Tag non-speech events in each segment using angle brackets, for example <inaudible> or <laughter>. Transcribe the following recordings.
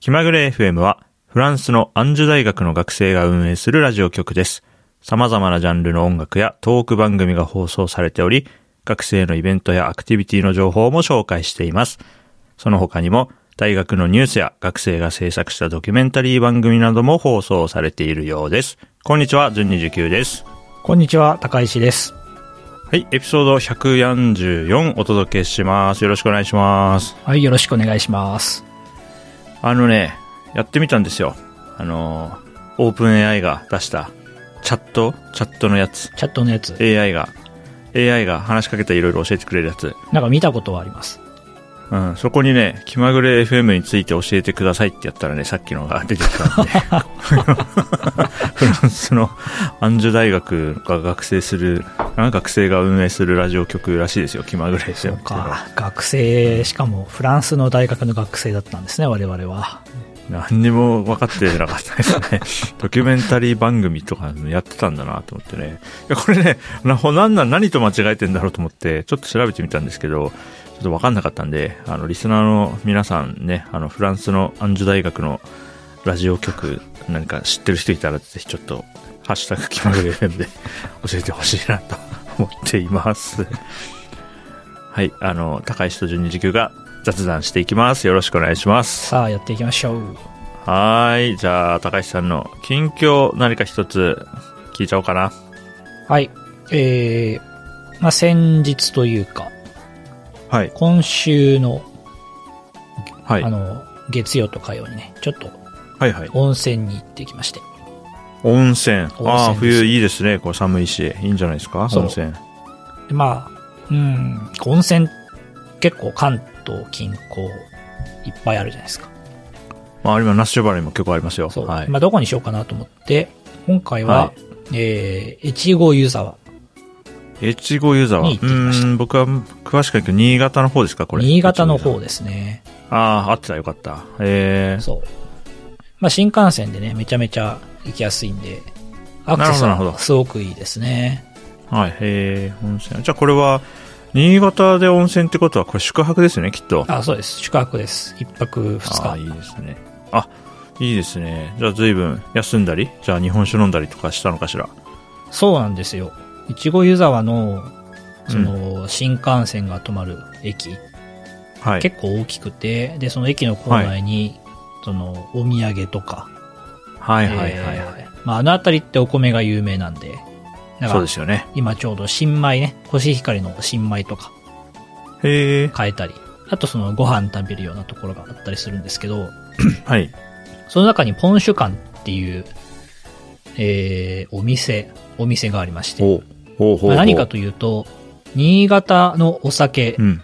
気まぐれ FM は、フランスのアンジュ大学の学生が運営するラジオ局です。様々なジャンルの音楽やトーク番組が放送されており、学生のイベントやアクティビティの情報も紹介しています。その他にも、大学のニュースや学生が制作したドキュメンタリー番組なども放送されているようです。こんにちは、純29です。こんにちは、高石です。はい、エピソード144お届けします。よろしくお願いします。はい、よろしくお願いします。あのね、やってみたんですよ。あのー、オープン AI が出した、チャットチャットのやつ。チャットのやつ、 AI が、AI が話しかけたらいろいろ教えてくれるやつ。なんか見たことはあります。うん、そこにね、気まぐれ FM について教えてくださいってやったらね、さっきのが出てきたんで。 <laughs> フランスのアンジュ大学が学生する、あ学生が運営するラジオ局らしいですよ、気まぐれ FM っていうとのは。か、学生、しかもフランスの大学の学生だったんですね、我々は。何にも分かってなかったですね。 <laughs> ドキュメンタリー番組とかやってたんだなと思ってね。いや、これね、な、なんなん、何と間違えてんだろうと思って、ちょっと調べてみたんですけど、ちょっと分かんなかったんで、あの、リスナーの皆さんね、あの、フランスのアンジュ大学のラジオ局、なんか知ってる人いたら、ぜひちょっと、ハッシュタグ気まぐれ FM で <laughs> 教えてほしいなと思っています。はい、あの、高石と12時級が雑談していきます。よろしくお願いします。さあ、やっていきましょう。はーい。じゃあ、高橋さんの近況何か一つ聞いちゃおうかな。はい、えー、まあ、先日というか、はい。今週の、はあの、月曜と火曜にね、ちょっとはいはい。温泉に行ってきまして。温泉。ああ、温泉です冬いいですね。こう寒いし。いいんじゃないですかそう温泉。でまあ、うん、温泉、結構関東近郊、いっぱいあるじゃないですか。まあ、今、ナッシュバレーも結構ありますよ。そう。はい。まあ、どこにしようかなと思って、今回は、はえー、越後湯沢。越後湯沢。うに行ってきましたーん、僕は詳しくないけど、新潟の方ですかこれ。新潟の越後方ですね。湯沢。ああ、合ってたよかった。ええそう。まあ、新幹線でね、めちゃめちゃ行きやすいんで、アクセスなるほどなるほはどすごくいいですね。はい。ええ温泉。じゃあ、これは、新潟で温泉ってことは、これ宿泊ですね、きっと。あ、そうです。宿泊です。一泊二あー日。いいですね。あ、いいですね。じゃあ随分休んだり、じゃあ日本酒飲んだりとかしたのかしら。そうなんですよ。越後湯沢の、その、新幹線が止まる駅、はい。結構大きくて、で、その駅の構内に、その、お土産とか、はいえーはいはいはい。まあ、あの辺りってお米が有名なんで、だかそうらですよね。今ちょうど新米ね、コシヒカリの新米とかへえ。買えたり、あとそのご飯食べるようなところがあったりするんですけど、はい。その中にポンシュ館っていう、えー、お店、お店がありまして、ほう。ほうほうほう。まあ何かというと、新潟のお酒う、ん。ん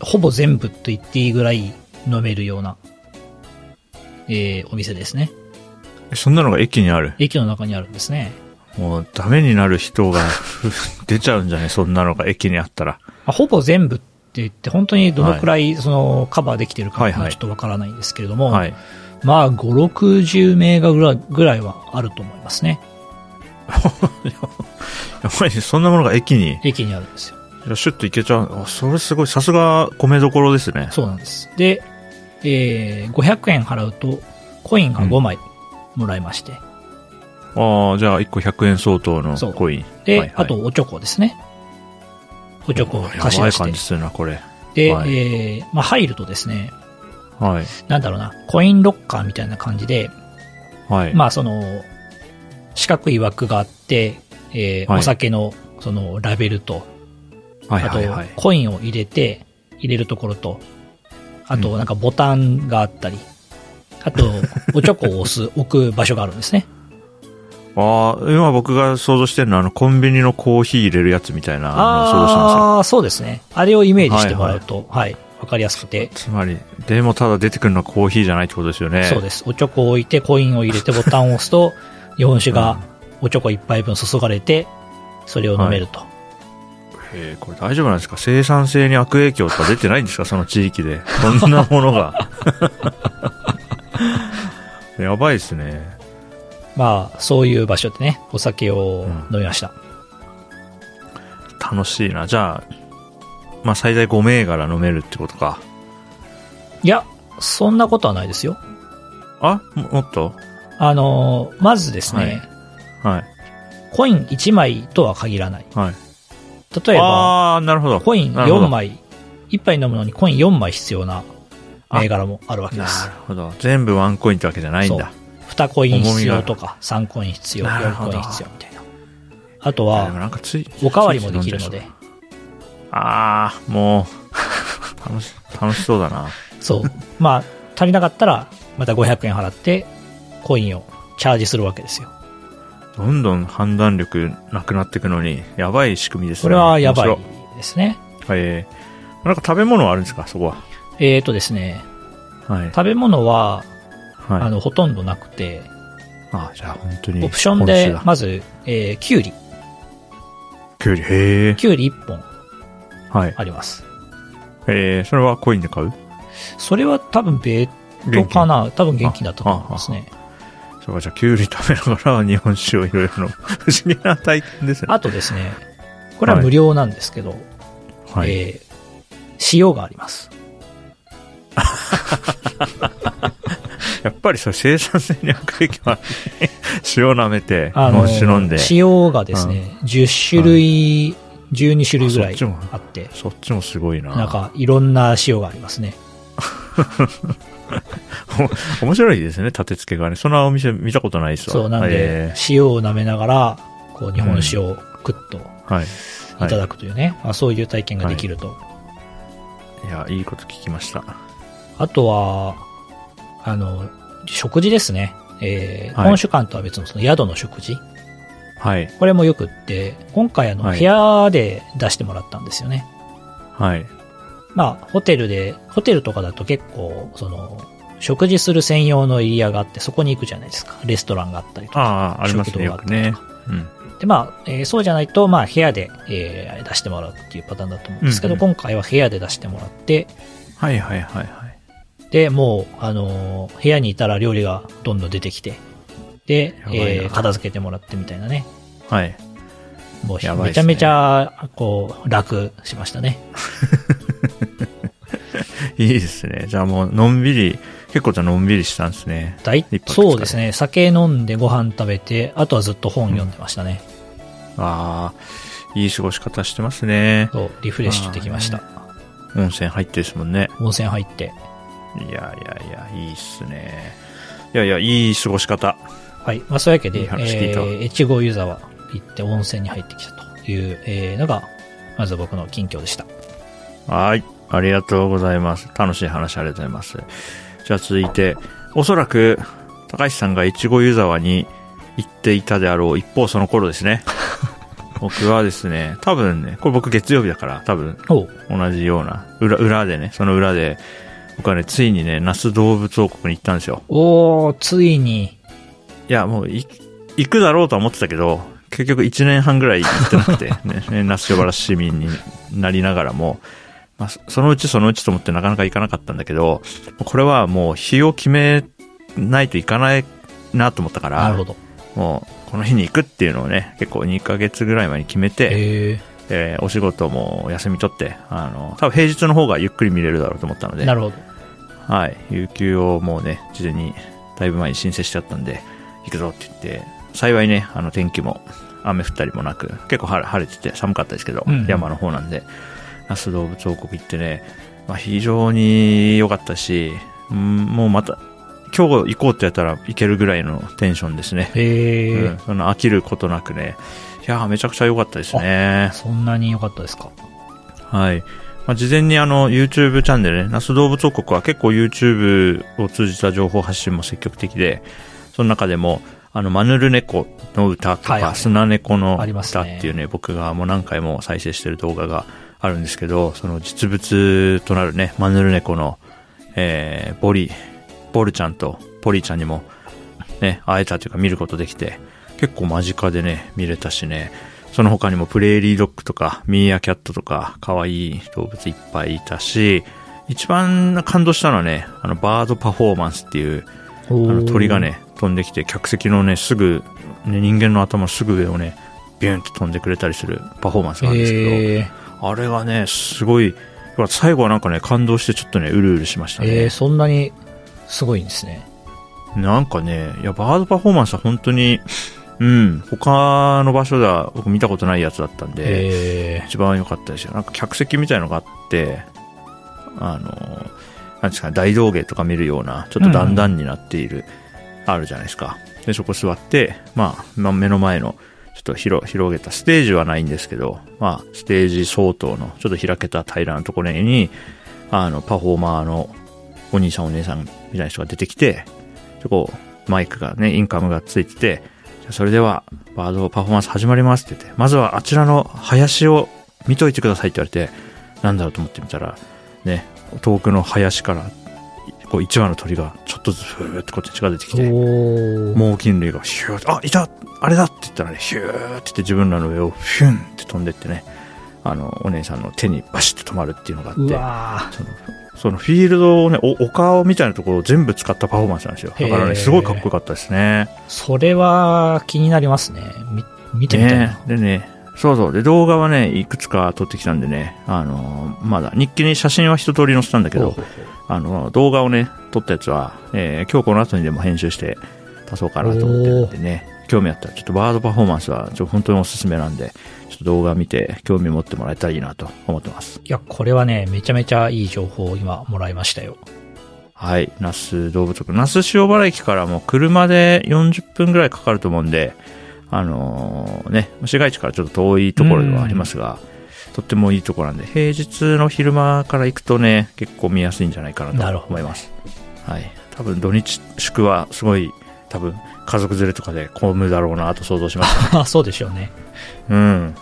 ほぼ全部と言っていいぐらい飲めるような、えー、お店ですね。えそんなのが駅にある。駅の中にあるんですね。もうダメになる人が <laughs> 出ちゃうんじゃないそんなのが駅にあったら。まあほぼ全部って言って、本当にどのくらいそのカバーできてるかっていうのははいはいちょっとわからないんですけれども、はい。まあ5、60名がぐらぐらいはあると思いますね。やっぱりそんなものが駅に、駅にあるんですよ。シュッと行けちゃう。あ、それすごい。さすが米どころですね。そうなんです。で、えー、500円払うとコインが5枚もらえまして、ああ、じゃあ1個100円相当のそうコイン。で、はいはいあとおちょこですね。おちょこをや貸しば出い感じして。するな、これ。で、はいえー、まあ入るとですね、はい。なんだろうな、コインロッカーみたいな感じで、はい。まあその、四角い枠があって、えーはいお酒のそのラベルと、はいあとはいはい。コインを入れて、入れるところと、あうとなんかボタンがあったり、あ <laughs> と、おちょこを押す、置く場所があるんですね。ああ、今僕が想像してるのは、あの、コンビニのコーヒー入れるやつみたいなのを想像してまああー、そうですね。あれをイメージしてもらうと、はい、わ、かりやすくて。すよ。つまり、でもただ出てくるのはコーヒーじゃないってことですよね。そうです。おちょこを置いて、コインを入れてボタンを押す <laughs> と、日本酒がおちょこ一杯分注がれて、それを飲めると。えーこれ大丈夫なんですか生産性に悪影響とか出てないんですかその地域で。こんなものが。 <laughs> やばいですね。まあ、そういう場所でね、お酒を飲みました。楽しいな。じゃあ、まあ、最大5銘柄飲めるってことか。いや、そんなことはないですよ。あももっとあのーまずですね、はい。コイン1枚とは限らない。はい。例えば、ああー、なるほど。コインなるほど4枚、1杯飲むのにコイン4枚必要な銘柄もあるわけでなする。ほど。全部ワンコインってわけじゃないんだ。 2コイン必要とか、3コイン必要、なる4ほコどイン必要みたいな。あとあでもは、なんかつい、おかわりもできるのついでつい飲ん、しょ。ああ、もう、 <laughs> 楽し、楽しそうだな。そう。まあ、足りなかったら、また500円払って、コインをチャージするわけですよ。どんどん判断力なくなっていくのに、やばい仕組みですね。これはやばい面ですね。白い。えー、なんか食べ物はあるんですか、そこは。えーとですね、はい。食べ物は、はい。あの、ほとんどなくて、あ、じゃあ本当に。オプション今週でだ、まず、えー、キュウリ。きゅうり、へえ。キュウリ1本はい。あります。えー、それはコインで買うそれは多分別途元気かな多分元気だったと思いますね。そうか、じゃあ、きゅうり食べながら日本酒をいろいろ飲む <laughs> 不思議な体験ですね。あとですね、これは無料なんですけど、はい。えー塩があります。やっぱりそう、生産性に悪影響あるね。 <laughs> 塩舐めて、日あの本酒飲んで。塩がですね、10種類、12種類ぐらいあそっちもあって、そっちもすごいな。なんかいろんな塩がありますね。 <laughs> お面白いですね、立て付けがね。そんなお店見たことないですわ。そう、なんでえ、塩を舐めながら、こう、日本酒をクッとーはい。いたはだくというね、まあ、そういう体験ができると。い。いや、いいこと聞きました。あとは、あの、食事ですね。えーはい本主館とは別のその宿の食事。はい。これもよくって、今回あの、はい部屋で出してもらったんですよね。はい。まあ、ホテルで、ホテルとかだと結構、その、食事する専用のエリアがあって、そこに行くじゃないですか。レストランがあったりとあか。あ、ありますね、よくね。うん。で、まあ、えーそうじゃないと、まあ、部屋で、えー出してもらうっていうパターンだと思うんですけど、うんう今回は部屋で出してもらって、はいはいはいはい。で、もう、あのー部屋にいたら料理がどんどん出てきて、でや、ばいなえー片付けてもらってみたいなね。はい。もう、やばいめっちゃすねめちゃ、こう、楽しましたね。いいですね。じゃあもう、のんびり、結構じゃあのんびりしたんですね。だい一泊二日そうですね。酒飲んでご飯食べて、あとはずっと本読んでましたね。ああ、いい過ごし方してますね。そう、リフレッシュできました。温泉入ってですもんね。温泉入って。いやいやいや、いいっすね。いやいや、いい過ごし方。はい。まあ、そういうわけで、いい話聞いたわえー、越後湯沢行って温泉に入ってきたという、えーのが、まず僕の近況でした。はい。ありがとうございます。楽しい話ありがとうございます。じゃあ続いて、おそらく、高橋さんがいちご湯沢に行っていたであろう一方その頃ですね。僕はですね、多分ね、これ僕月曜日だから、多分おう同じような、裏、裏でね、その裏で、僕はね、ついにね、那須動物王国に行ったんですよ。おーついに、いや、もうい、行くだろうとは思ってたけど、結局1年半ぐらい行ってなくて、 <laughs> ね、ね那須塩原市民になりながらも、まあ、そそのうちそのうちと思ってなかなか行かなかったんだけど、これはもう日を決めないといかないなと思ったかなるほら、ど。もうこの日に行くっていうのをね、結構2ヶ月ぐらい前に決めて、ええーお仕事も休み取って、あの、多分平日の方がゆっくり見れるだろうと思ったのー、でな、るほど。はい、有給をもうね、事前にだいぶ前に申請しちゃったんで、行くぞって言って、幸いね、あの天気も雨降ったりもなく、結構晴れ晴れてて寒かったですけど、うん山の方なんで、那須動物王国行ってね、まあ、非常に良かったし、うんもうまた、今日行こうってやったら行けるぐらいのテンションですね。えうーん、その飽きることなくね、いやーめちゃくちゃ良かったですね。そんなに良かったですか。はい。まあ、事前にあの、YouTube チャンネルね、那須動物王国は結構 YouTube を通じた情報発信も積極的で、その中でも、あの、マヌル猫の歌とはいはか、い砂猫のあります歌ねっていうね、僕がもう何回も再生してる動画があるんですけど、その実物となるね、マヌル猫の、えー、ボリ、ボルちゃんとポリちゃんにも、ね、会えたというか見ることできて、結構間近でね、見れたしね、その他にもプレーリードッグとか、ミーアキャットとか、可愛い動物いっぱいいたし、一番感動したのはね、あの、バードパフォーマンスっていう、ああの鳥が。ね、飛んできて、客席のね、すぐ、ね、人間の頭のすぐ上をね、ビュンって飛んでくれたりするパフォーマンスがあるんですけど、えー、あれがね、すごい、最後はなんかね、感動してちょっとね、うるうるしましたね。えー、そんなにすごいんですね。なんかね、いや、バードパフォーマンスは本当に、うん、他の場所では僕見たことないやつだったんで、え一番良かったですよ。なんか客席みたいのがあって、あの、なんですかね、大道芸とか見るような、ちょっと段々になっている、あるじゃないですか。で、そこ座って、まあ、まあ目の前の、ちょっと広、広げた、ステージはないんですけど、まあ、ステージ相当の、ちょっと開けた平らなところに、あの、パフォーマーのお兄さんお姉さんみたいな人が出てきて、でこう、マイクがね、インカムがついてて、じゃあそれでは、バードパフォーマンス始まりますって言って、まずはあちらの林を見といてくださいって言われて、なんだろうと思ってみたら、ね、遠くの林から、こう、一羽の鳥が、ちょっとずつ、ふーってこっちに近づいてきえて、おー猛禽類がヒューって、あ、いたあれだって言ったらね、ヒューって言って自分らの上をヒュンって飛んでってね、あの、お姉さんの手にバシッと止まるっていうのがあっうて、わその、そのフィールドをね、お、丘みたいなところを全部使ったパフォーマンスなんですよ。だからへーね、すごいかっこよかったですね。ーそれは気になりますね。み見てみたいねな。でね、そうそう。で、動画はね、いくつか撮ってきたんでね、あのーまだ、日記に写真は一通り載せたんだけほうど、ほうあの、動画をね、撮ったやつは、えー今日この後にでも編集して出そうかなと思ってるんでね、興味あったら、ちょっとバードパフォーマンスは、ちょっと本当におすすめなんで、ちょっと動画見て、興味持ってもらえたらいいなと思ってます。いや、これはね、めちゃめちゃいい情報を今もらいましたよ。 <laughs> はい、那須動物局、那須塩原駅からもう車で40分ぐらいかかると思うんで、あのーね、市街地からちょっと遠いところではありますが、とってもいいところなんで、平日の昼間から行くとね、結構見やすいんじゃないかななるとほど思います。はい。多分土日祝はすごい、多分家族連れとかで混むだろうなと想像します。あそうでしょうね。うん。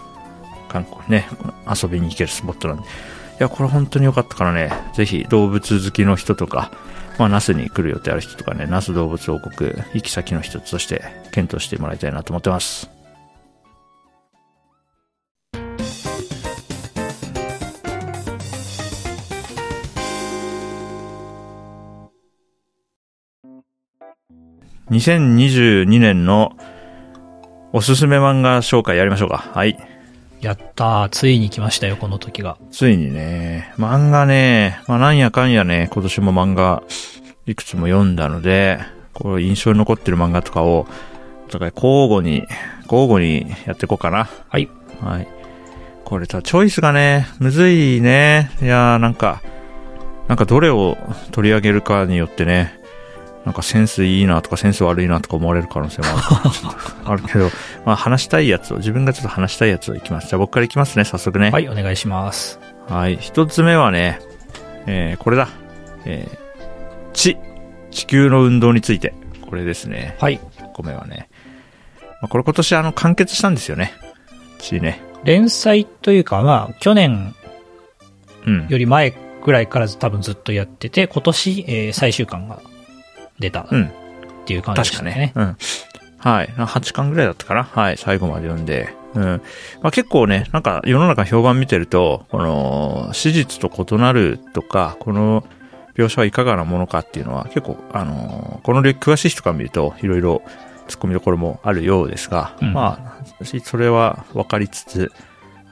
観光ね、遊びに行けるスポットなんで。いや、これ本当に良かったからね、ぜひ動物好きの人とか、まあ、那須に来る予定ある人とかね、那須動物王国、行き先の一つとして検討してもらいたいなと思ってます。2022年のおすすめ漫画紹介やりましょうか。はい。やったー。ついに来ましたよ、この時が。ついにね、漫画ね、まあなんやかんやね、今年も漫画いくつも読んだので、こう印象に残ってる漫画とかを、お互い交互に、交互にやっていこうかな。はい。はい。これさ、チョイスがね、むずいね。いやーなんか、なんかどれを取り上げるかによってね、なんかセンスいいなとかセンス悪いなとか思われる可能性もあるちょっ <laughs> とあるけど、まあ話したいやつを、自分がちょっと話したいやつをいきます。じゃあ僕からいきますね、早速ね。はい、お願いします。はい。一つ目はね、えーこれだ。えー地。地球の運動について。これですね。はい。 1個目はね。まあ、これ今年あの、完結したんですよね。地ね。連載というか、まあ、去年うん。より前ぐらいから多分ずっとやってて、今年、えー最終巻が出たっうん。ていう感じ確でしかたね。ね。うん。はい。な8巻ぐらいだったかな。はい。最後まで読んで。うん。まあ、結構ね、なんか世の中評判見てると、この、史実と異なるとか、この描写はいかがなものかっていうのは、結構、あのーこの領域詳しい人から見ると、いろいろ突っ込みどころもあるようですが、うんまあ、私それは分かりつつ、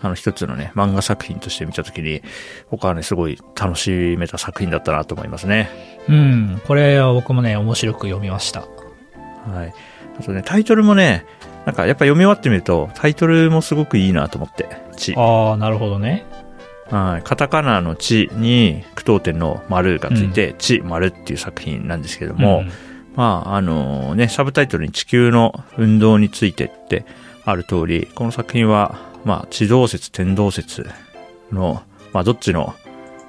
あの一つのね、漫画作品として見たときに、僕はね、すごい楽しめた作品だったなと思いますね。うん。これは僕もね、面白く読みました。はい。あとね、タイトルもね、なんかやっぱ読み終わってみると、タイトルもすごくいいなと思って。地。ああ、なるほどね。はい。カタカナの地に、句読点の丸がついて、地丸っていう作品なんですけども、んまあ、あのね、サブタイトルに地球の運動についてってある通り、この作品は、まあ、地動説、天動説の、まあ、どっちの、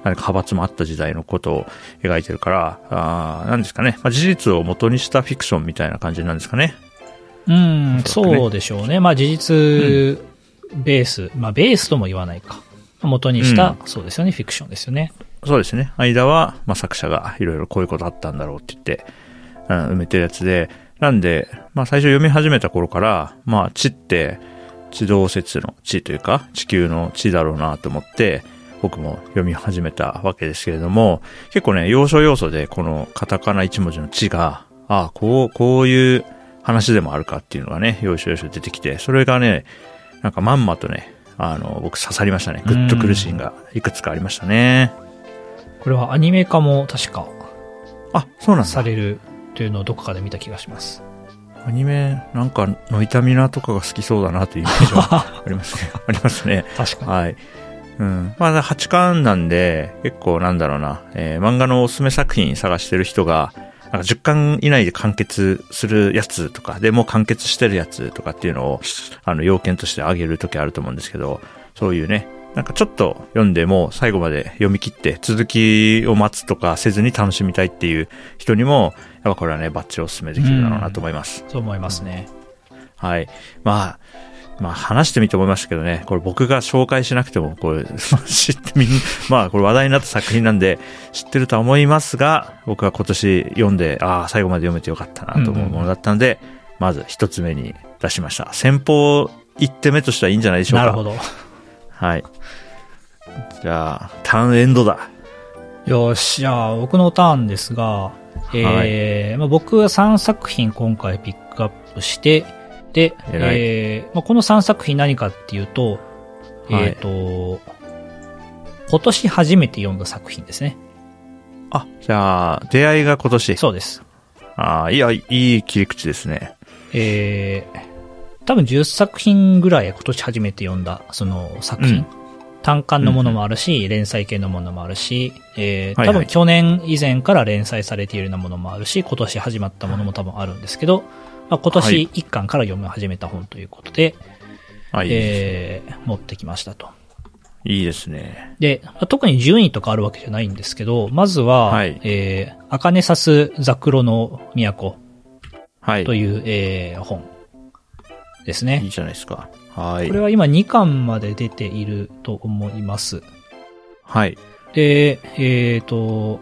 何か派閥もあった時代のことを描いてるから、あーなんですかね。まあ、事実を元にしたフィクションみたいな感じなんですかね。うん、そうですねそうでしょうね。まあ事実ベース、まあベースとも言わないか。元にした、そうですよね、フィクションですよね。そうですね。間は、まあ、作者がいろいろこういうことあったんだろうって言って、うん、埋めてるやつで、なんで、まあ、最初読み始めた頃から、まあ、地って、地動説の地というか、地球の地だろうなと思って、僕も読み始めたわけですけれども、結構ね、要所要所で、このカタカナ一文字の地が、ああ、こう、こういう話でもあるかっていうのがね、要所要所出てきて、それがね、なんかまんまとね、あの、僕刺さりましたね。グッとくるシーンがいくつかありましたね。これはアニメ化も確かあ、そうなんださ。れるというのをどこかで見た気がします。アニメなんかの痛みなとかが好きそうだなというイメージはありますね。ありますね。確かはい。うん。まあ、8巻なんで、結構なんだろうな、えー漫画のおすすめ作品探してる人が、なんか10巻以内で完結するやつとか、でもう完結してるやつとかっていうのを、あの、要件として挙げるときあると思うんですけど、そういうね、なんかちょっと読んでもう最後まで読み切って続きを待つとかせずに楽しみたいっていう人にも、やっぱこれはね、バッチリおすすめできるだろうなと思います。に。そう思いますね。はい。まあ、まあ話してみて思いましたけどね、これ僕が紹介しなくても、これ、 <laughs> 知ってみん、まあこれ話題になった作品なんで、知ってるとは思いますが、僕は今年読んで、ああ、最後まで読めてよかったなと思うものだったので、まず一つ目に出しました。先方一手目としてはいいんじゃないでしょうか。なるほど。はい。じゃあ、ターンエンドだ。よし、じゃあ僕のターンですが、えーまあ、僕は3作品今回ピックアップして、で、偉いえーまあ、この3作品何かっていうと、はいえっ、と、今年初めて読んだ作品ですね。あ、じゃあ、出会いが今年。そうです。ああ、いや、いい切り口ですね。えー、多分10作品ぐらい今年初めて読んだ、その作品。うん単館のものもあるし、連載系のものもあるし、えー、はい多はい分去年以前から連載されているようなものもあるし、今年始まったものも多分あるんですけど、まあ、今はい年1巻から読み始めた本ということで、はい。えー、持ってきましたと。いいですね。で、まあ特に順位とかあるわけじゃないんですけど、まずは、はいえー、アカネサスザクロの都はい。という、えー、本ですね。いいじゃないですか。はいこれ。は今2巻まで出ていると思います。はい。で、えっ、と、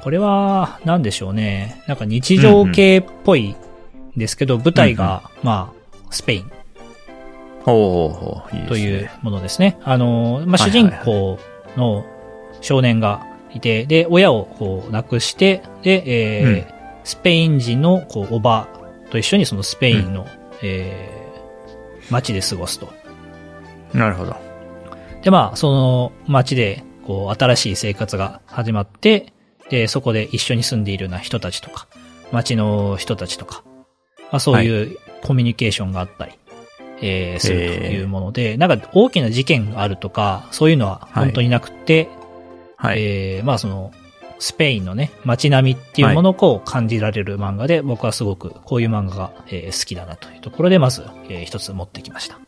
これは何でしょうね。なんか日常系っぽいんですけど、舞台が、まあ、スペインほうほうほう。いいですね。というものですね。あの、まあ、はい主はいは人い公の少年がいて、で、親をこう亡くして、で、えーうんスペイン人のこうおばと一緒にそのスペインの、えー街で過ごすと。なるほど。で、まあ、その街で、こう、新しい生活が始まって、で、そこで一緒に住んでいるような人たちとか、街の人たちとか、まあ、そういうコミュニケーションがあったり、えーするというもので、なんか大きな事件があるとか、そういうのは本当になくて、はい。えーまあ、その、スペインのね、街並みっていうものをこう感じられる漫画で、僕はすごくこういう漫画が、えー好きだなというところで、まず、えー一つ持ってきました。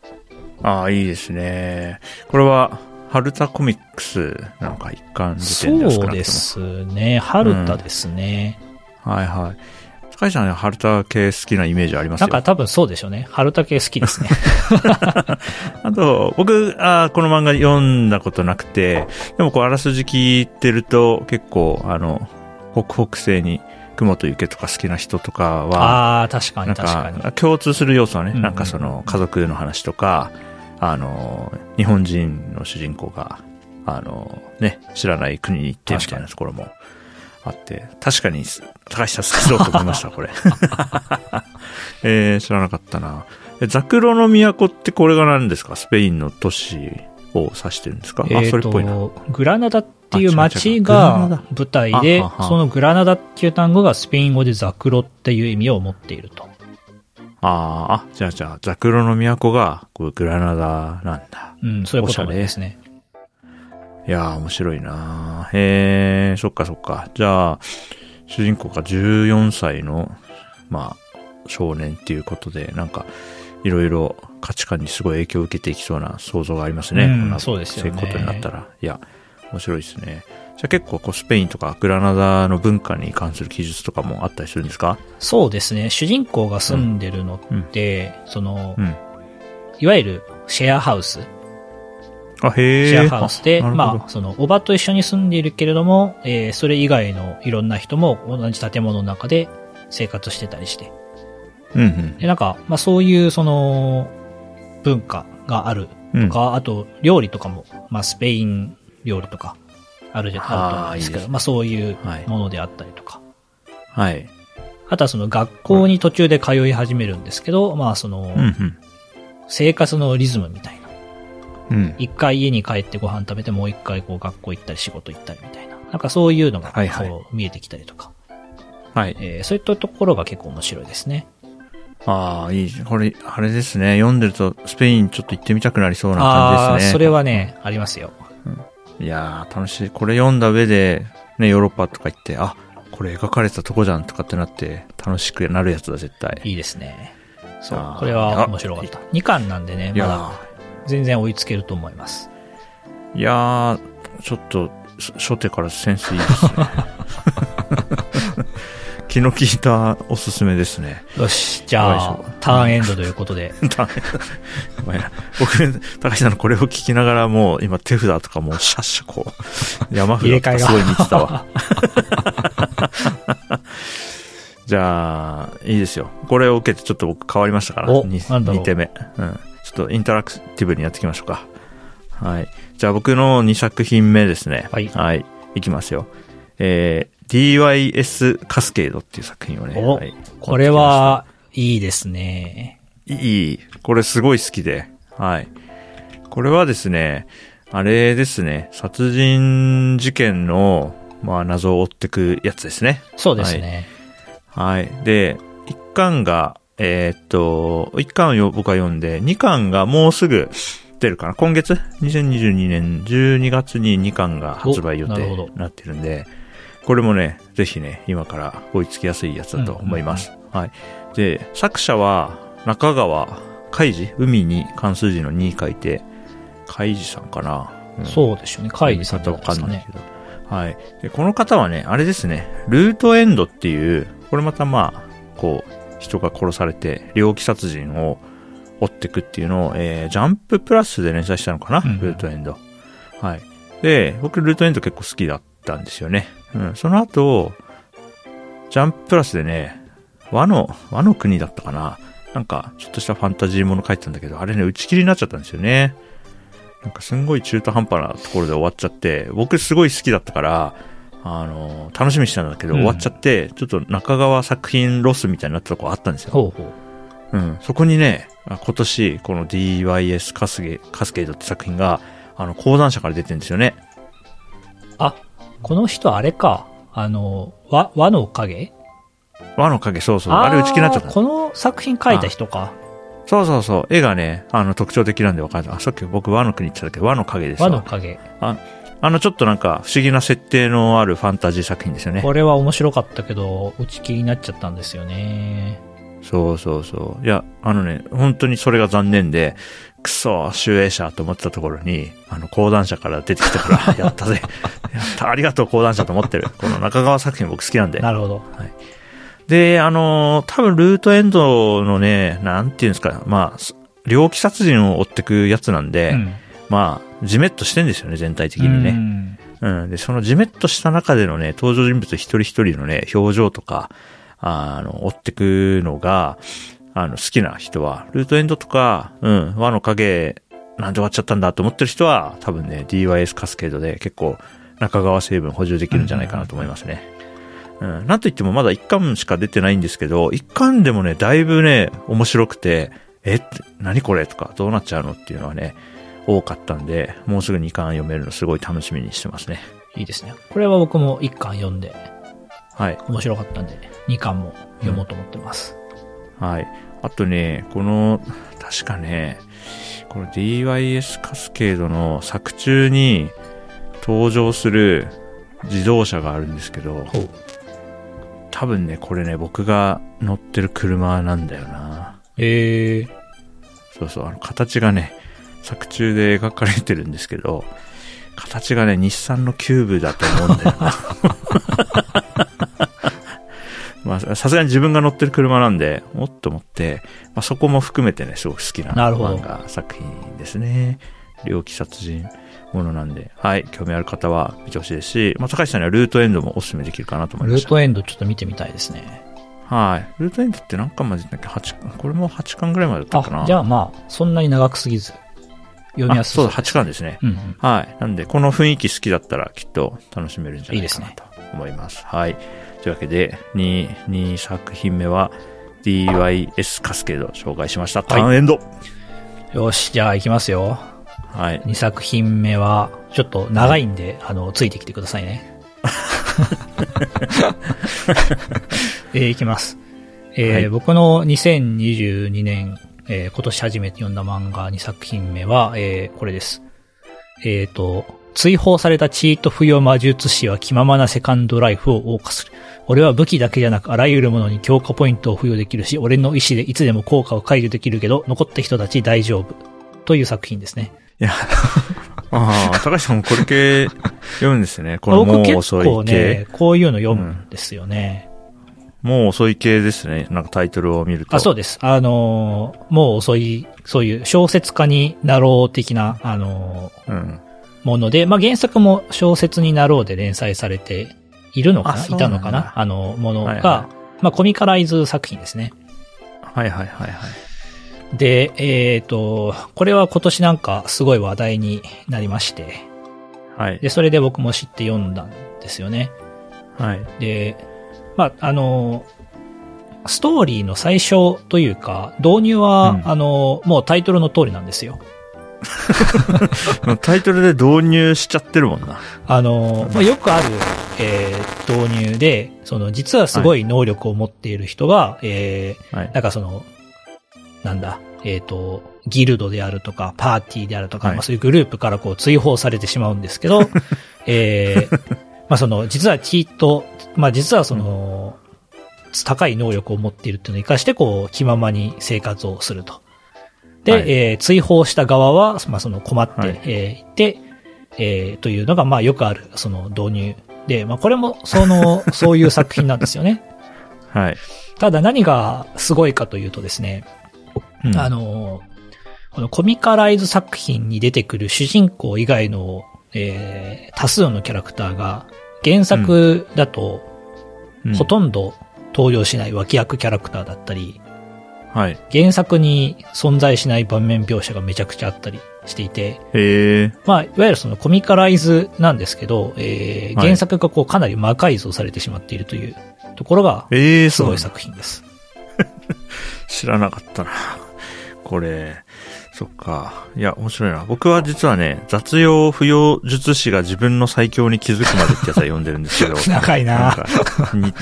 ああ、いいですね。これは、春田コミックスなんか一貫時点ですかそうで。すね。春田ですね。少なくともはいはい。高橋さんね、春田系好きなイメージありますなよ。んか多分そうでしょうね。春田系好 <laughs> きですね。あと、僕、あーこの漫画読んだことなくて、でもこう、あらすじ聞いてると、結構、あの、北北西に、雲と雪とか好きな人とかは、ああ、確かなにん確かに。か、共通する要素はね、うんうんなんかその、家族の話とか、あの、日本人の主人公が、あの、ね、知らない国に行ってみたいなところもあって、確かに、高橋さん好きそうと思いま <laughs> した、これ。 <laughs> えー、知らなかったな。えザクロの都ってこれが何ですかスペインの都市を指してるんですか、あ、えそーれっぽいな。と、グラナダっていう街あ違う違うグラナが舞台であは、はそのグラナダっていう単語がスペイン語でザクロっていう意味を持っていると。あーあ、じゃあじゃあ、ザクロの都が、こう、グラナダなんだ。うん、そういうことおしゃれですね。いやー、面白いなーへえ、そっかそっか。じゃあ、主人公が14歳の、まあ、少年っていうことで、なんか、いろいろ価値観にすごい影響を受けていきそうな想像がありますね。うんこなそうですよねそういうことになったら。いや、面白いですね。じゃあ結構こうスペインとかグラナダの文化に関する記述とかもあったりするんですかそうですね。主人公が住んでるのって、そのう、ん。いわゆるシェアハウス。あ、へえ。シェアハウスで、あなるほどまあ、その、おばと一緒に住んでいるけれども、えーそれ以外のいろんな人も同じ建物の中で生活してたりして。うんうん。で、なんか、まあそういう、その、文化があるうんとか、あと、料理とかも、まあスペイン料理とか、あるじゃ、あると思うんですけど、あーいいですまあそういうはいものであったりとか。はい。あとはその学校に途中で通い始めるんですけど、まあそのう、ん生活のリズムみたいな。うん。うん。一回家に帰ってご飯食べてもう一回こう学校行ったり仕事行ったりみたいな。なんかそういうのがこはいはいう見えてきたりとか。はい。えーそういったところが結構面白いですね。ああ、いい。これ、あれですね。読んでると、スペインちょっと行ってみたくなりそうなあ感あじですね。ーそれ。はね、ありますよ。いやー、楽しい。これ読んだ上で、ね、ヨーロッパとか行って、あ、これ描かれたとこじゃんとかってなって、楽しくなるやつだ、絶対。いいですね。そあうー。これは面白かった。2巻なんでね、いまやだ全然追いつけると思います。ー、いやー、ちょっと、し初手からセンスいいですね。 <laughs> 気の利いたおすすめですね。よし。じゃよいあしょ、ターンエンドというこ <laughs> とで。だお前ら僕、高橋さんのこれを聞きながらもう今手札とか <laughs> もうシャッシャこう、山札とかすごい見てたわ。じゃあ、いいですよ。これを受けてちょっと僕変わりましたから、お 2, なんだろう手目。うん。ちょっとインタラクティブにやっていきましょうか。はい。じゃあ僕の2作品目ですね。はいはい。いきますよ。えー、DYS カスケードっていう作品をね。おい、これは、いいですね。いい。これすごい好きで。はい。これはですね、あれですね、殺人事件の、まあ、謎を追ってくやつですね。そうですね。はい。で、一巻が、えーっと、一巻をよ僕は読んで、二巻がもうすぐ出るかな。今月 ?2022 年12月に二巻が発売予おなる定ほどになってるんで、これもね、ぜひね、今から追いつきやすいやつだと思います。はい。で、作者は中川海二海に関数字の2書いて、海二さんかな。うんそうでしょうね。会議さんとわかでかすんかないねけ。ど。はい。で、この方はね、あれですね、ルートエンドっていう、これまたまあ、こう、人が殺されて、猟奇殺人を追っていくっていうのを、えー、ジャンププラスで連載したのかな、うんルートエンド。はい。で、僕、ルートエンド結構好きだったんですよね。うん。その後、ジャンププラスでね、和の、和の国だったかな。なんか、ちょっとしたファンタジーもの書いてたんだけど、あれね、打ち切りになっちゃったんですよね。なんかすんごい中途半端なところで終わっちゃって、僕すごい好きだったから、あの、楽しみにしたんだけど、うん終わっちゃって、ちょっと中川作品ロスみたいになったとこあったんですよ。ほうほうう。ん。そこにね、あ今年、この DYS カスゲ、カスケイドって作品が、あの、講談社から出てるんですよね。あ、この人あれか。あの、和、和の影和の影、そうそう。あれ打ち切りになっちゃったーこの作品書いた人か。そうそうそう。絵がね、あの、特徴的なんで分かる。あ、さっき僕和の国言ってたけど、和の影です和よ。の影。あの、ちょっとなんか、不思議な設定のあるファンタジー作品ですよね。これは面白かったけど、打ち切りになっちゃったんですよね。そうそうそう。いや、あのね、本当にそれが残念で、くそ、集英社と思ってたところに、あの、講談社から出てきたから、 <laughs> やったぜ。やった、ありがとう、講談社と思ってる。この中川作品僕好きなんで。なるほど。で、あのー多分ルートエンドのね、なんていうんですか、まあ、す猟奇殺人を追ってくやつなんで、うん。まあ、じめっとしてんですよね、全体的にね。ね。うん。で、そのじめっとした中でのね、登場人物一人一人のね、表情とか、ああの、追ってくのが、あの、好きな人は、ルートエンドとか、うん、和の影、なんで終わっちゃったんだと思ってる人は、多分ね、DYS カスケードで結構、中川成分補充できるんじゃないかなと思いますね。うん。なんといってもまだ一巻しか出てないんですけど、一巻でもね、だいぶね、面白くて、え、って何これとか、どうなっちゃうのっていうのはね、多かったんで、もうすぐ2巻読めるのすごい楽しみにしてますね。いいですね。これは僕も1巻読んで、はい。面白かったんで、2巻も読もうと思ってます。はい。あとね、この、確かね、この DYS カスケードの作中に登場する自動車があるんですけど、ほう。多分ね、これね、僕が乗ってる車なんだよな。えー、そうそう、あの、形がね、作中で描かれてるんですけど、形がね、日産のキューブだと思うんだよな。 <laughs> まあ、さすがに自分が乗ってる車なんで、おっと思って、まあ、そこも含めてね、すごく好きななるほど漫画作品ですね。猟奇殺人ものなんで、はい、興味ある方は見てほしいですし、まあ、高橋さんにはルートエンドもお勧めできるかなと思いルましーた。トエンドちょっと見てみたいですね。はい。ルートエンドって何巻までだったっけ ?8 これも8巻ぐらいまでだったかなあ、じゃあまあ、そんなに長くすぎず、読みやあすそうだ、う8巻ですね。うんうん。はい。なんで、この雰囲気好きだったらきっと楽しめるんじゃないかないいでと思います。はい。というわけで、2、2作品目は DYS カスケードを紹介しました。ターンエンド。よし、じゃあ行きますよ。はい。 <laughs> 2作品目は、ちょっと長いんで、あの、ついてきてくださいね。えーいきます。えーはい僕の2022年、えー今年初めて読んだ漫画2作品目は、えーこれです。えっ、と、追放されたチート不要魔術師は気ままなセカンドライフを謳歌する。俺は武器だけじゃなくあらゆるものに強化ポイントを付与できるし、俺の意志でいつでも効果を解除できるけど、残った人たち大丈夫。という作品ですね。いや、ああ、高橋さんもこれ系読むんですね。このも僕う結遅い系。構ね、こういうの読むんですよね。もう遅い系ですね。なんかタイトルを見ると。あ、そうです。あのーもう遅い、そういう小説家になろう的な、あのーうん。もので、まあ、原作も小説になろうで連載されているのかあなそうないたんだのかなあの、ものが、はいはまあ、コミカライズ作品ですね。はいはいはいはい。で、えっ、と、これは今年なんかすごい話題になりまして、はいで、。それで僕も知って読んだんですよね。はい。で、まあ、あの、ストーリーの最初というか、導入は、うんあの、もうタイトルの通りなんですよ。タイトルで導入しちゃってるもんな。あの、まあ、よくある、えー導入で、その、実はすごい能力を持っている人が、えはいー、。なんかその、なんだ、えっ、と、ギルドであるとか、パーティーであるとか、はいまあ、そういうグループからこう追放されてしまうんです <laughs> けど、えー、まあ、その、実はチート、まあ、実はその、高い能力を持っているっていうのを活かして、こう、気ままに生活をすると。で、はいえー追放した側は、まあ、その困って、はいえーいて、えーというのが、まあ、よくある、その導入。で、まあ、これも、その、そういう作品なんですよね。はい。ただ何がすごいかというとですね、うんあ、の、このコミカライズ作品に出てくる主人公以外の、えー多数のキャラクターが、原作だと、うんほとんど登場しない脇役キャラクターだったり、はい。原作に存在しない場面描写がめちゃくちゃあったりしていて、へえ。まあ、いわゆるそのコミカライズなんですけど、えーはい原作がこうかなり魔改造されてしまっているというところが、ええ、すごいそう作品です。。知らなかったな。これ、そっか。いや、面白いな。僕は実はね、雑用不要術師が自分の最強に気づくまでってやつは読んでるんですけど長 <laughs> いなんなか、に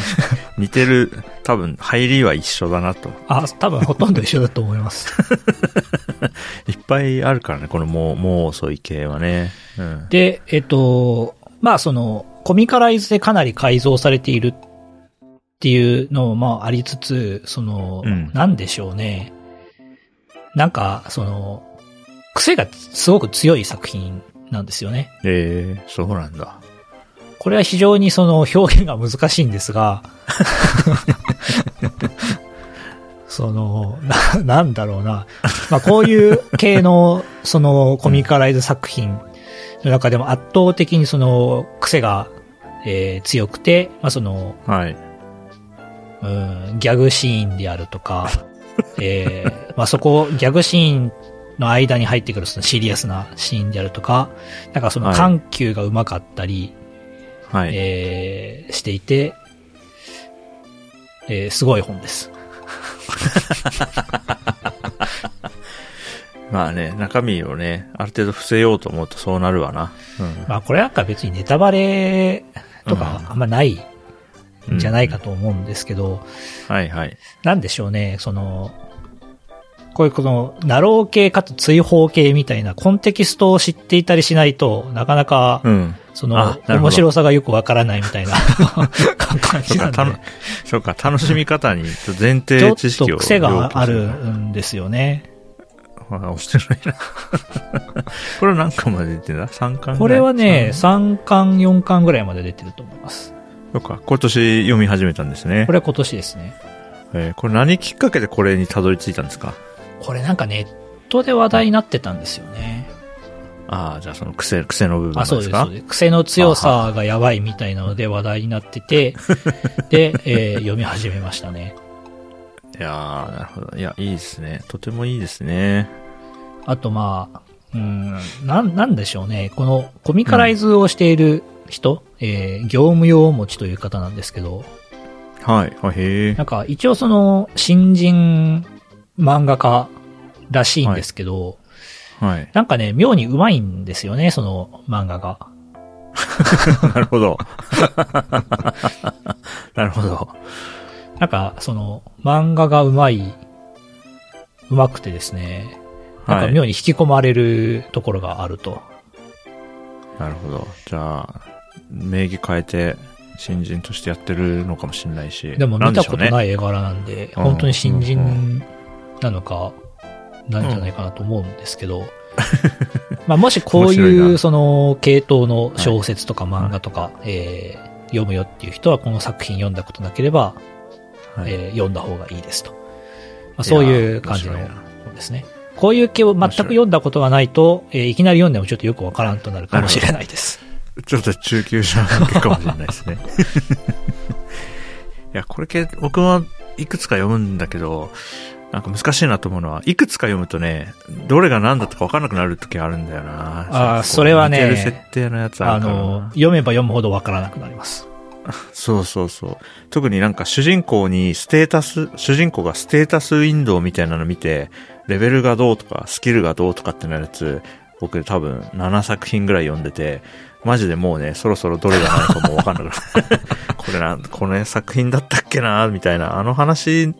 似てる、多分、入りは一緒だなと。あ、多分ほとんど一緒だと思います。いっぱいあるからね、このもう、もう遅い系はね。うん。で、えっと、まあその、コミカライズでかなり改造されているっていうのもまあありつつ、その、うんなんでしょうね。なんか、その、癖がすごく強い作品なんですよね。ええ、そうなんだ。これは非常にその表現が難しいんで <laughs> すが、その、な、なんだろうな。まあ、こういう系の、その、コミカライズ作品の中でも圧倒的にその、癖が、えー強くて、まあ、その、はい。うん、ギャグシーンであるとか、えーまあ、そこ、ギャグシーンの間に入ってくるそのシリアスなシーンであるとか、なんかそのはい緩急がうまかったり、はい。えーしていて、えーすごい本です。まあね、中身をね、ある程度伏せようと思うとそうなるわな。まあこれなんか別にネタバレとかうんあんまないうんんじゃないかと思うんですけど、はいはい。なんでしょうね、その、こういうこの、ナロー系かつ追放系みたいなコンテキストを知っていたりしないと、なかなか、うん。そあの、なるほど面白さがよくわからない <laughs> みたいな感そじうなんか、で。たのそうか楽しみ方に前ちょ提知っ識とを。癖がある。んですよね。あ、押してない <laughs> な。これは何巻まで出てんだ ?3 巻ぐらいこれはね、三3巻、4巻ぐらいまで出てると思います。そうか、今年読み始めたんですね。 <laughs> ここれ、れは今年ですね。えーこれ何きっかけでこれにたどり着いたんですかこれなんかネットで話題になってたんですよね。ああ、じゃあその癖、癖の部分あ、なんそうでですす、かそうです。癖の強さがやばいみたいなので話題になっ <laughs> てて、で、えー読み始めましたね。いやー、なるほど。いや、いいですね。とてもいいですね。あとまあ、うん、なん、なんでしょうね。このコミカライズをしている人、えー業務用持ちという方なんですけど、はい。あ、へえな。んか一応その新人漫画家らしいんですけど、はい。 <laughs> なんかね、妙に上手いんですよね、その漫画が。なるほど。 <laughs> なるほど。 <laughs> なんか、その、漫画がうまい、うまくてですね、なんかはい。妙に引き込まれるところがあると。なるほど。じゃあ、名義変えて、新人としてやってるのかもしれないし。でも見たことんでしょうねない絵柄なんで、うん本当に新う人なのか、なんじゃないかなと思うんです <laughs> けど、まあもしこう面白い、いうなその、系統の小説とか漫画とか、えー読むよっていう人は、この作品読んだことなければ、はいえー読んだ方がいいですと。まあ、そういう感じのいやもー面白いのですね。こういう系を全く読んだことがないと、えーいきなり読んでもちょっとよくわからんとなるかもしれないです。ちょっと中級者向けかもしれないですね。 <laughs> いや、これ系、僕もいくつか読むんだけど、なんか難しいなと思うのは、いくつか読むとね、どれが何だとか分からなくなる時あるんだよな。あーそれはね似てる設定のやつああるからなの、読めば読むほどわからなくなります。そうそうそう。特になんか主人公にステータス、主人公がステータスウィンドウみたいなの見て、レベルがどうとか、スキルがどうとかってなるやつ、僕多分7作品ぐらい読んでて、マジでもうね、そろそろどれが何かもうわかんなくなる。 <laughs> これな、この作品だったっけなみたいな、あの話、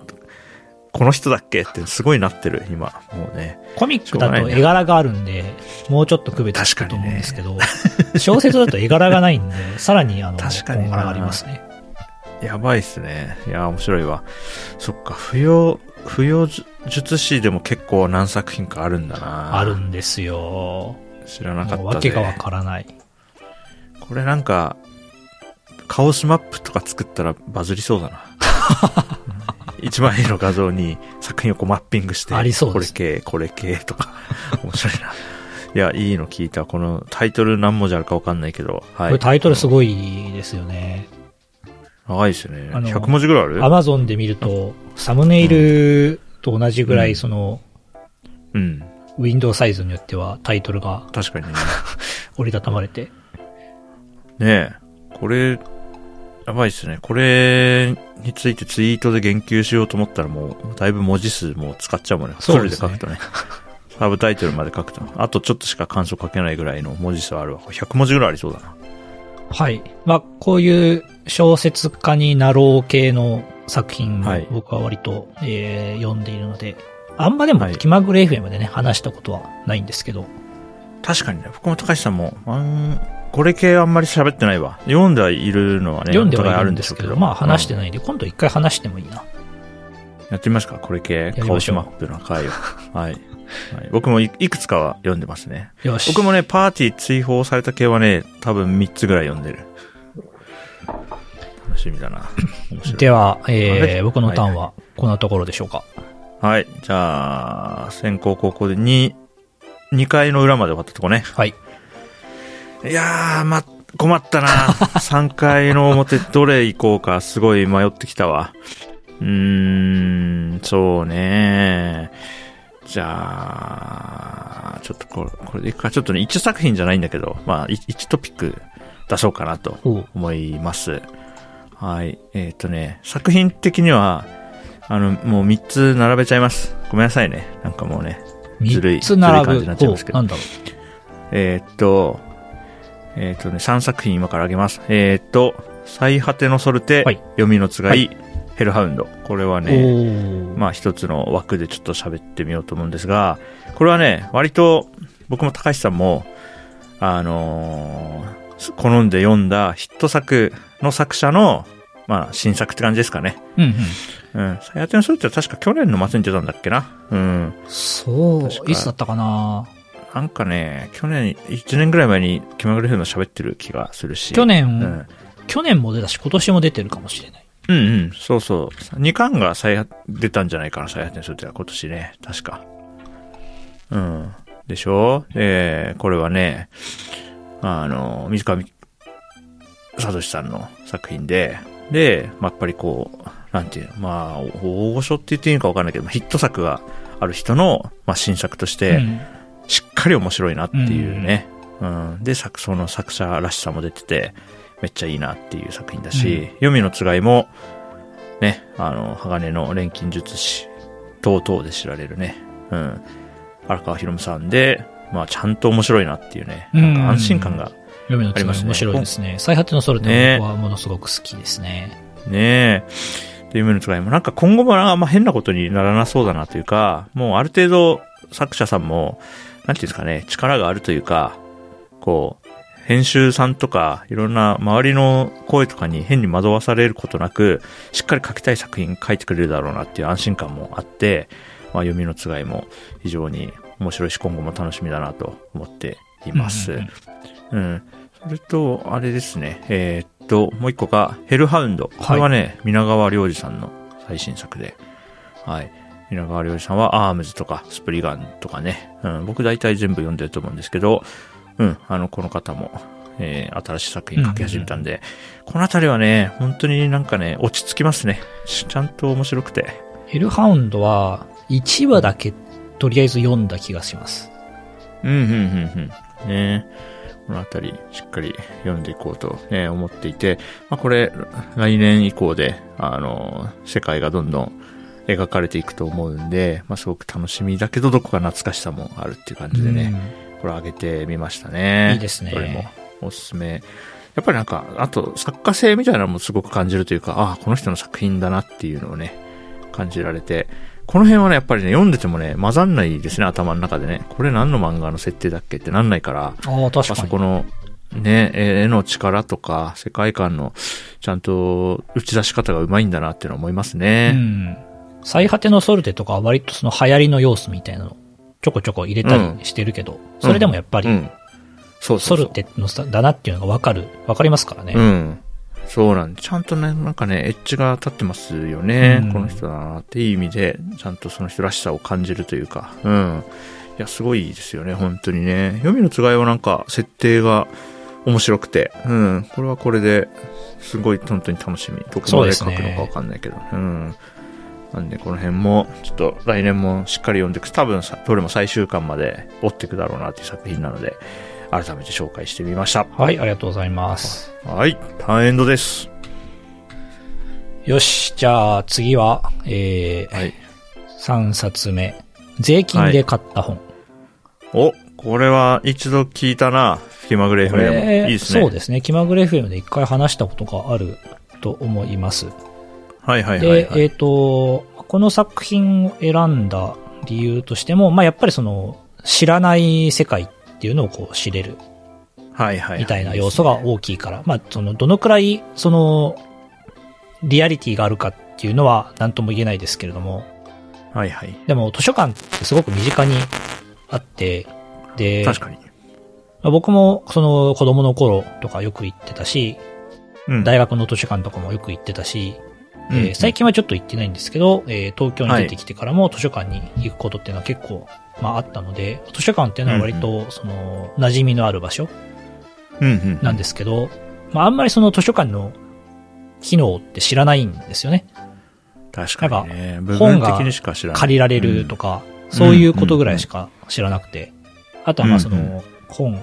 この人だっけってすごいなってる、今。もうね。コミックだと絵柄があるんで、もうちょっと区別つくと思うんですけど、小説だと絵柄がないんで、 <laughs> さらにあの、確かにこんがらがありますね。やばいっすね。いや、面白いわ。そっか、不要、不要術師でも結構何作品かあるんだなあるんですよ。知らなかもうった訳ぜがわからない。これなんかカオスマップとか作ったらバズりそう <laughs> だなうん一枚の画像に作品をこうマッピングしてありそうですこれ系これ系とか面白いないやいいの聞いたこのタイトル何文字あるかわかんないけど、はこれい、タイトルすごいですよね。長いですよねあの100文字ぐらいあるアマゾンで見ると、サムネイルと同じぐらい、その、うんウィンドウサイズによってはタイトルが確かにね折りたたまれて、ねえこれやばいですねこれについてツイートで言及しようと思ったらもうだいぶ文字数もう使っちゃうもんねそうですねフルで書くとねサブタイトルまで書くと。あとちょっとしか感想書けないぐらいの文字数あるわ。これ100文字ぐらいありそうだな。はい。まあ、こういう小説家になろう系の作品はをい僕は割と、えー読んでいるので、あんまでもはい気まぐれ FM でね、話したことはないんですけど、確かにね、僕も高橋さんも、あんこれ系あんまり喋ってないわ。読んではいるのはね、読んではいお互るんですけど、あるんでしょうまあ話してうんないんで、今度一回話してもいいな。やってみますか、これ系、りカまオしスょうマップの回を。はい。はい僕もいいくつかは読んでますね。よし。僕もね、パーティー追放された系はね、多分3つぐらい読んでる。楽しみだな。面白いでは、あえれー、僕のターンはこんなところでしょうか。はい。じゃあ、先行高校で2、2回の裏まで終わったとこね。はい。いやー、ま、困った <laughs> な。3回の表どれ行こうか、すごい迷ってきたわ。うーん、そうね。じゃあ、ちょっとこれ、これでいくか。ちょっとね、1作品じゃないんだけど、まあ、1トピック出そうかなとおう思います。はい。えっ、とね、作品的には、あの、もう3つ並べちゃいます。ごめんなさいね。なんかもうね、ずるい三つ並ずるい感じぶ。になっちゃいますけどおうなんだろえーっと、えーっとね、3作品今からあげます。えーっと、最果てのソルテ、はい読みのつがい、ヘルハウンド。これはう。ね、おーまあ一つの枠でちょっと喋ってみようと思うんですが、これはね、割と僕も高橋さんも、あのー好んで読んだヒット作の作者の、まあ新作って感じですかね。うんうん。うん。最果てのソルテは確か去年の末に出たんだっけな。うん。そう確、かいつだったかななんかね、去年、1年ぐらい前に気まぐれ風の喋ってる気がするし。去年、うん。去年も出たし、今年も出てるかもしれない。うんうん、そうそう。2巻が再発出たんじゃないかな、再発展するってのは今年ね、確か。うん。でしょえー、これはね、あの、水上聡さんの作品で、で、まあ、やっぱりこう、なんていうの、まあ、お大御所って言っていいのかわかんないけど、まあヒット作がある人の、まあ、新作として、うんしっかり面白いなっていうね。うんで、作、その作者らしさも出てて、めっちゃいいなっていう作品だうんし、読みのつがいも、ね、あの、鋼の錬金術師、等々で知られるね、うん。荒川博夢さんで、まあ、ちゃんと面白いなっていうね、うんなんか安心感が読みのありつまがしりたね面白いですね。最果てのソルトね僕はものすごく好きですね。ねえ。で、夢の使いも、なんか今後もなあんま変なことにならなそうだなというか、もうある程度作者さんも、なんていうんですかね、力があるというか、こう、編集さんとか、いろんな周りの声とかに変に惑わされることなく、しっかり書きたい作品書いてくれるだろうなっていう安心感もあって、まあ、読みのつがいも非常に面白いし、今後も楽しみだなと思っています。うんうんうん。それと、あれですね。えーっと、もう一個が、ヘルハウンド。これはね、皆川良二さんの最新作で。はい。皆川良二さんは、アームズとか、スプリガンとかね。うん、僕大体全部読んでると思うんですけど、うん、あの、この方も、えー新しい作品書き始めたんで、このあたりはね、本当になんかね、落ち着きますね。しちゃんと面白くて。ヘルハウンドは、1話だけとりあえず読んだ気がします。うん、うん、うん、うん。ねこのあたり、しっかり読んでいこうと、ね、思っていて、まあ、これ、来年以降で、あの、世界がどんどん描かれていくと思うんで、まあ、すごく楽しみだけど、どこか懐かしさもあるっていう感じでね、これ上げてみましたね。いいですねこれも、おすすめ。やっぱりなんか、あと、作家性みたいなのもすごく感じるというか、ああ、この人の作品だなっていうのをね、感じられて、この辺はね、やっぱりね、読んでてもね、混ざんないですね、頭の中でね。これ何の漫画の設定だっけってなんないから、うん。ああ、確まあ、かそにこ。の、ね、えー絵の力とか、世界観の、ちゃんと打ち出し方がうまいんだなっていうのは思いますうね。ん。最果てのソルテとかは割とその流行りの要素みたいなのちょこちょこ入れたりしてるけど、それでもやっぱうん。り、そうそソうそうルテのさだなっていうのがわかる、わかりますからね。うん。そうなんちゃんとね、なんかね、エッジが立ってますよね。うんこの人だなっていう意味で、ちゃんとその人らしさを感じるというか、うん。いや、すごいですよね、本当にね。読みのつがいはなんか、設定が面白くて、うん。これはこれで、すごい本当に楽しみ。どこそうまでです書くねのかわかんないけど、うん。なんで、この辺も、ちょっと来年もしっかり読んでいく。多分さ、どれも最終巻まで追っていくだろうなっていう作品なので、改めて紹介してみました。はい、ありがとうございます。はい、ターンエンドです。よし、じゃあ次は、えー、はい。 3冊目。税金で買った本。お、これは一度聞いたな。気まぐれこれ FM。いいですね。そうですね。気まぐれ FM で一回話したことがあると思います。はいはいはい、で、はい。えっ、と、この作品を選んだ理由としても、まあ、やっぱりその、知らない世界っていうのをこう知れるはいはいはい。みたいな要素が大きいから、まあ、その、どのくらい、その、リアリティがあるかっていうのは何とも言えないですけれども、はいはい。でも図書館ってすごく身近にあって、で、確かに。まあ僕もその子供の頃とかよく行ってたし、うん。大学の図書館とかもよく行ってたし、うんえー最近はちょっと行ってないんですけど、えー東京に出てきてからも図書館に行くことっていうのは結構、まああったので、図書館っていうのは割と、その、馴染みのある場所うんうん。なんですけど、まああんまりその図書館の機能って知らないんですよね。確かにね。部本分が的にしか知らない。借りられるとか、そういうことぐらいしか知らなくて、あとはまあそうんの、本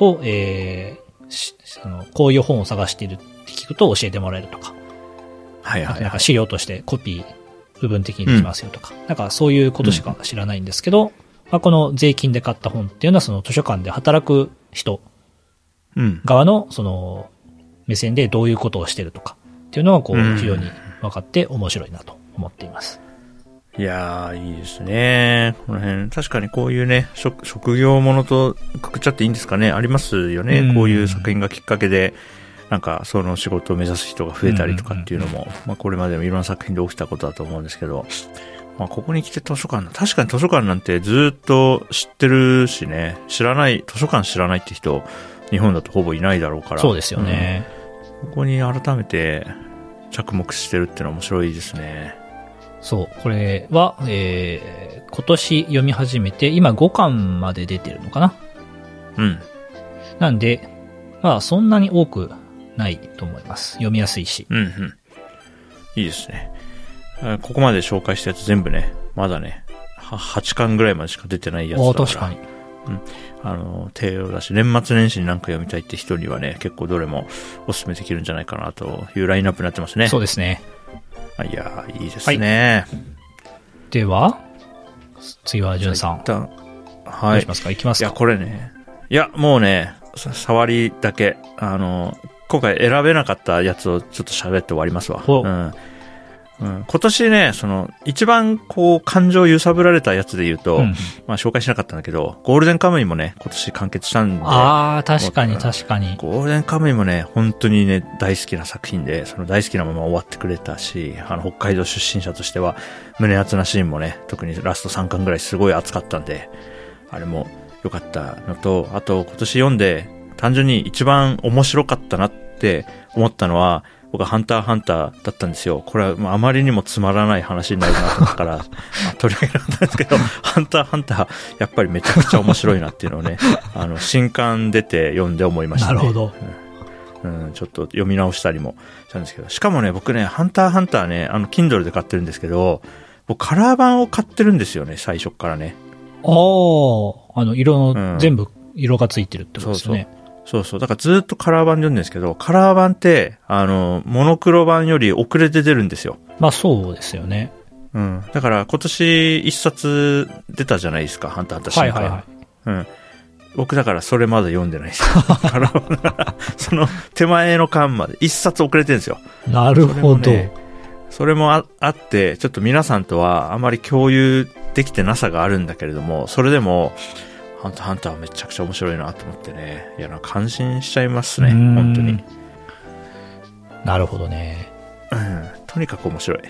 を、えーしその、こういう本を探しているって聞くと教えてもらえるとか、はいはいなんはかい。資料としてコピー部分的にできますよとか、なんかそういうことしか知らないんですけど、まあ、この税金で買った本っていうのはその図書館で働く人うん。側のその目線でどういうことをしてるとかっていうのはこううん非常に分かって面白いなと思っています。いやー、いいですね。この辺、確かにこういうね、職職業ものとくくっちゃっていいんですかね。ありますよね。うんこういう作品がきっかけで、なんか、その仕事を目指す人が増えたりとかっていうのも、まあ、これまでもいろんな作品で起きたことだと思うんですけど、まあ、ここに来て図書館の、確かに図書館なんてずーっと知ってるしね、知らない、図書館知らないって人、日本だとほぼいないだろうから。そうですよね。うん。ここに改めて着目してるっていうのは面白いですね。そう。これは、えー、今年読み始めて、今5巻まで出てるのかなうん。なんで、まあそんなに多くないと思います。読みやすいし。うんうん。いいですね。あここまで紹介したやつ全部ね、まだね、は8巻ぐらいまでしか出てないやつだおから。確かに。。あの、低をだし、年末年始に何か読みたいって人にはね、結構どれもお勧めできるんじゃないかなというラインナップになってますね。そうですね。あいやー、いいですね。では、次は、じゅんさん。一旦どはういしま。すか行きまいすや、かこれね。いや、もうね、さ触りだけ、あの、今回選べなかったやつをちょっと喋って終わりますわ。おうんうん、今年ね、その、一番こう、感情揺さぶられたやつで言うと、うんまあ紹介しなかったんだけど、ゴールデンカムイもね、今年完結したんで、ああ、確かに確かに。ゴールデンカムイもね、本当にね、大好きな作品で、その大好きなまま終わってくれたし、あの、北海道出身者としては、胸熱なシーンもね、特にラスト3巻ぐらいすごい熱かったんで、あれも良かったのと、あと今年読んで、単純に一番面白かったなって思ったのは、僕はハンターハンターだったんですよ。これはまああまりにもつまらない話になるなと思ったから、 <laughs> まあ取り上げなかったんですけど、ハンターハンター、やっぱりめちゃくちゃ面白いなっていうのを <laughs> ね、あの、新刊出て読んで思いました、ね。なるほど。うん、ちょっと読み直したりもしたんですけど。しかもね、僕ね、ハンターハンターね、あの、Kindle で買ってるんですけど、僕カラー版を買ってるんですよね、最初っからね。ああ、あの、色うの、ん全部色がついてるってことですよね。そうそう。だからずっとカラー版で読んでるんですけど、カラー版って、あの、モノクロ版より遅れて出るんですよ。まあそうですよね。うん。だから今年一冊出たじゃないですか、ハンターハンター新はい刊。はいはい。うん。僕だからそれまだ読んでないです。 <laughs> カラー版だからその手前の巻まで、一冊遅れてるんですよ。なるそほど。れもねそれもああって、ちょっと皆さんとはあまり共有できてなさがあるんだけれども、それでも、ハンターハンターはめちゃくちゃ面白いなと思ってね。いや、なんか感心しちゃいますね。うん本当に。うんなるほどね。とにかく面白い。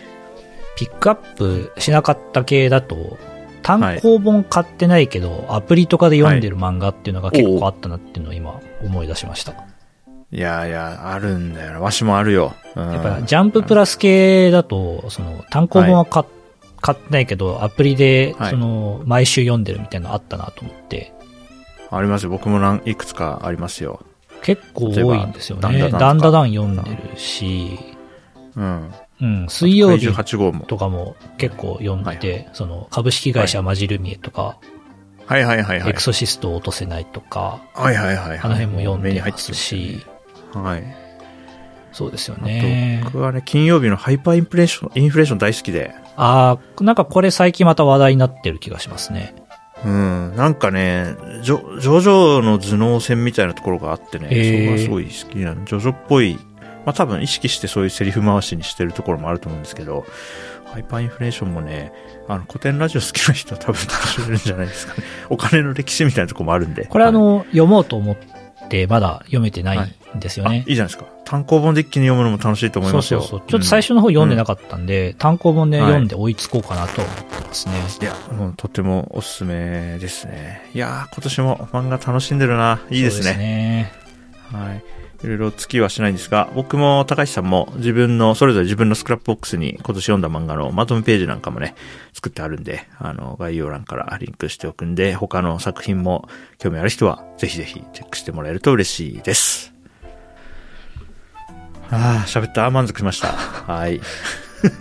ピックアップしなかった系だと、単行本買ってないけど、アプリとかで読んでる漫画っていうのが結構あったなっていうのを今思い出しました。いやいや、あるんだよな。わしもあるよ。うん、やっぱジャンププラス系だと、その単行本は買っ買ってないけど、アプリで、はいその、毎週読んでるみたいなのあったなと思って、ありますよ。僕もなんいくつかありますよ。結構多いんですよ例ね。えばダダンンダダダダンン読んでるし、うん。うん、水曜日8号も。とかも結構読んでて、はその、株式会社マジルミエとか、はいはいはいはエいク。ソシストを落とせないとか、はいはいはい、はい。あの辺も読ん目にで入っまてきすますよねし、はい。そうですよあと、ね。僕はね、金曜日のハイパーインプレッション、インフレーション大好きで。ああ、なんかこれ最近また話題になってる気がしますね。うん。なんかね、ジョ、ジョジョの頭脳戦みたいなところがあってね、へそこーがすごい好きなの。ジョジョっぽい、まあ多分意識してそういうセリフ回しにしてるところもあると思うんですけど、ハイパーインフレーションもね、あの、古典ラジオ好きな人は多分楽しめるんじゃないですかね。お金の歴史みたいなところもあるんで。これあはい、の、読もうと思ってまだ読めてないんですよあいねい。じゃないですか。単行本で一気に読むのも楽しいと思いそうますそよ。うそう。ちょっと最初の方読んでなかったんで、単行本ではい読んで追いつこうかなと思ってますね。いや、もうとてもおすすめですね。いやー、今年も漫画楽しんでるな。いいですそうね。はい。いろいろ月はしないんですが、僕も高橋さんも自分の、それぞれ自分のスクラップボックスに今年読んだ漫画のまとめページなんかもね、作ってあるんで、あの、概要欄からリンクしておくんで、他の作品も興味ある人は、ぜひぜひチェックしてもらえると嬉しいです。ああ、喋った。満足しました。はい。 <laughs>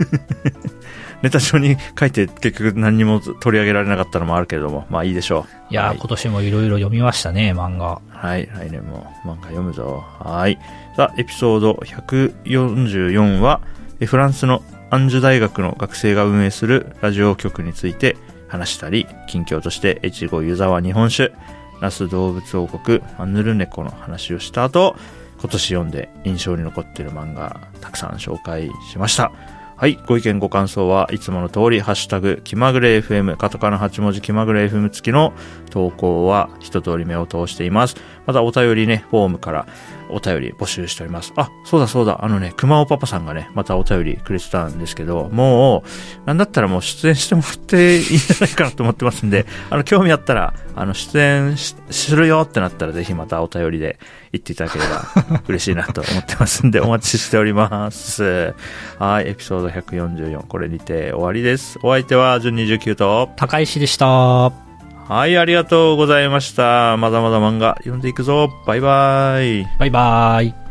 ネタ上に書いて結局何にも取り上げられなかったのもあるけれども、まあいいでしょう。いやー、はい今年もいろいろ読みましたね、漫画。はい。来年も漫画読むぞ。はい。さあ、エピソード144は、えフランスのアンジュ大学の学生が運営するラジオ局について話したり、近況として、越後湯沢日本酒、那須動物王国、アンヌルネコの話をした後、今年読んで印象に残っている漫画、たくさん紹介しました。はい。ご意見、ご感想はいつもの通り、ハッシュタグ、気まぐれ FM、カタカナ8文字気まぐれ FM 付きの投稿は一通り目を通しています。またお便りね、フォームからお便り募集しております。あ、そうだそうだ、あのね、熊尾パパさんがね、またお便りくれてたんですけど、もう、なんだったらもう出演してもらっていいんじゃないかなと思ってますんで、 <laughs> あの、興味あったら、あの、出演しするよってなったら、ぜひまたお便りで言っていただければ嬉しいなと思ってますんで、お待ちしております。はい、エピソード144、これにて終わりです。お相手は、順29と、高石でした。はい、ありがとうございました。まだまだ漫画読んでいくぞ。バイバイ。バイバーイ。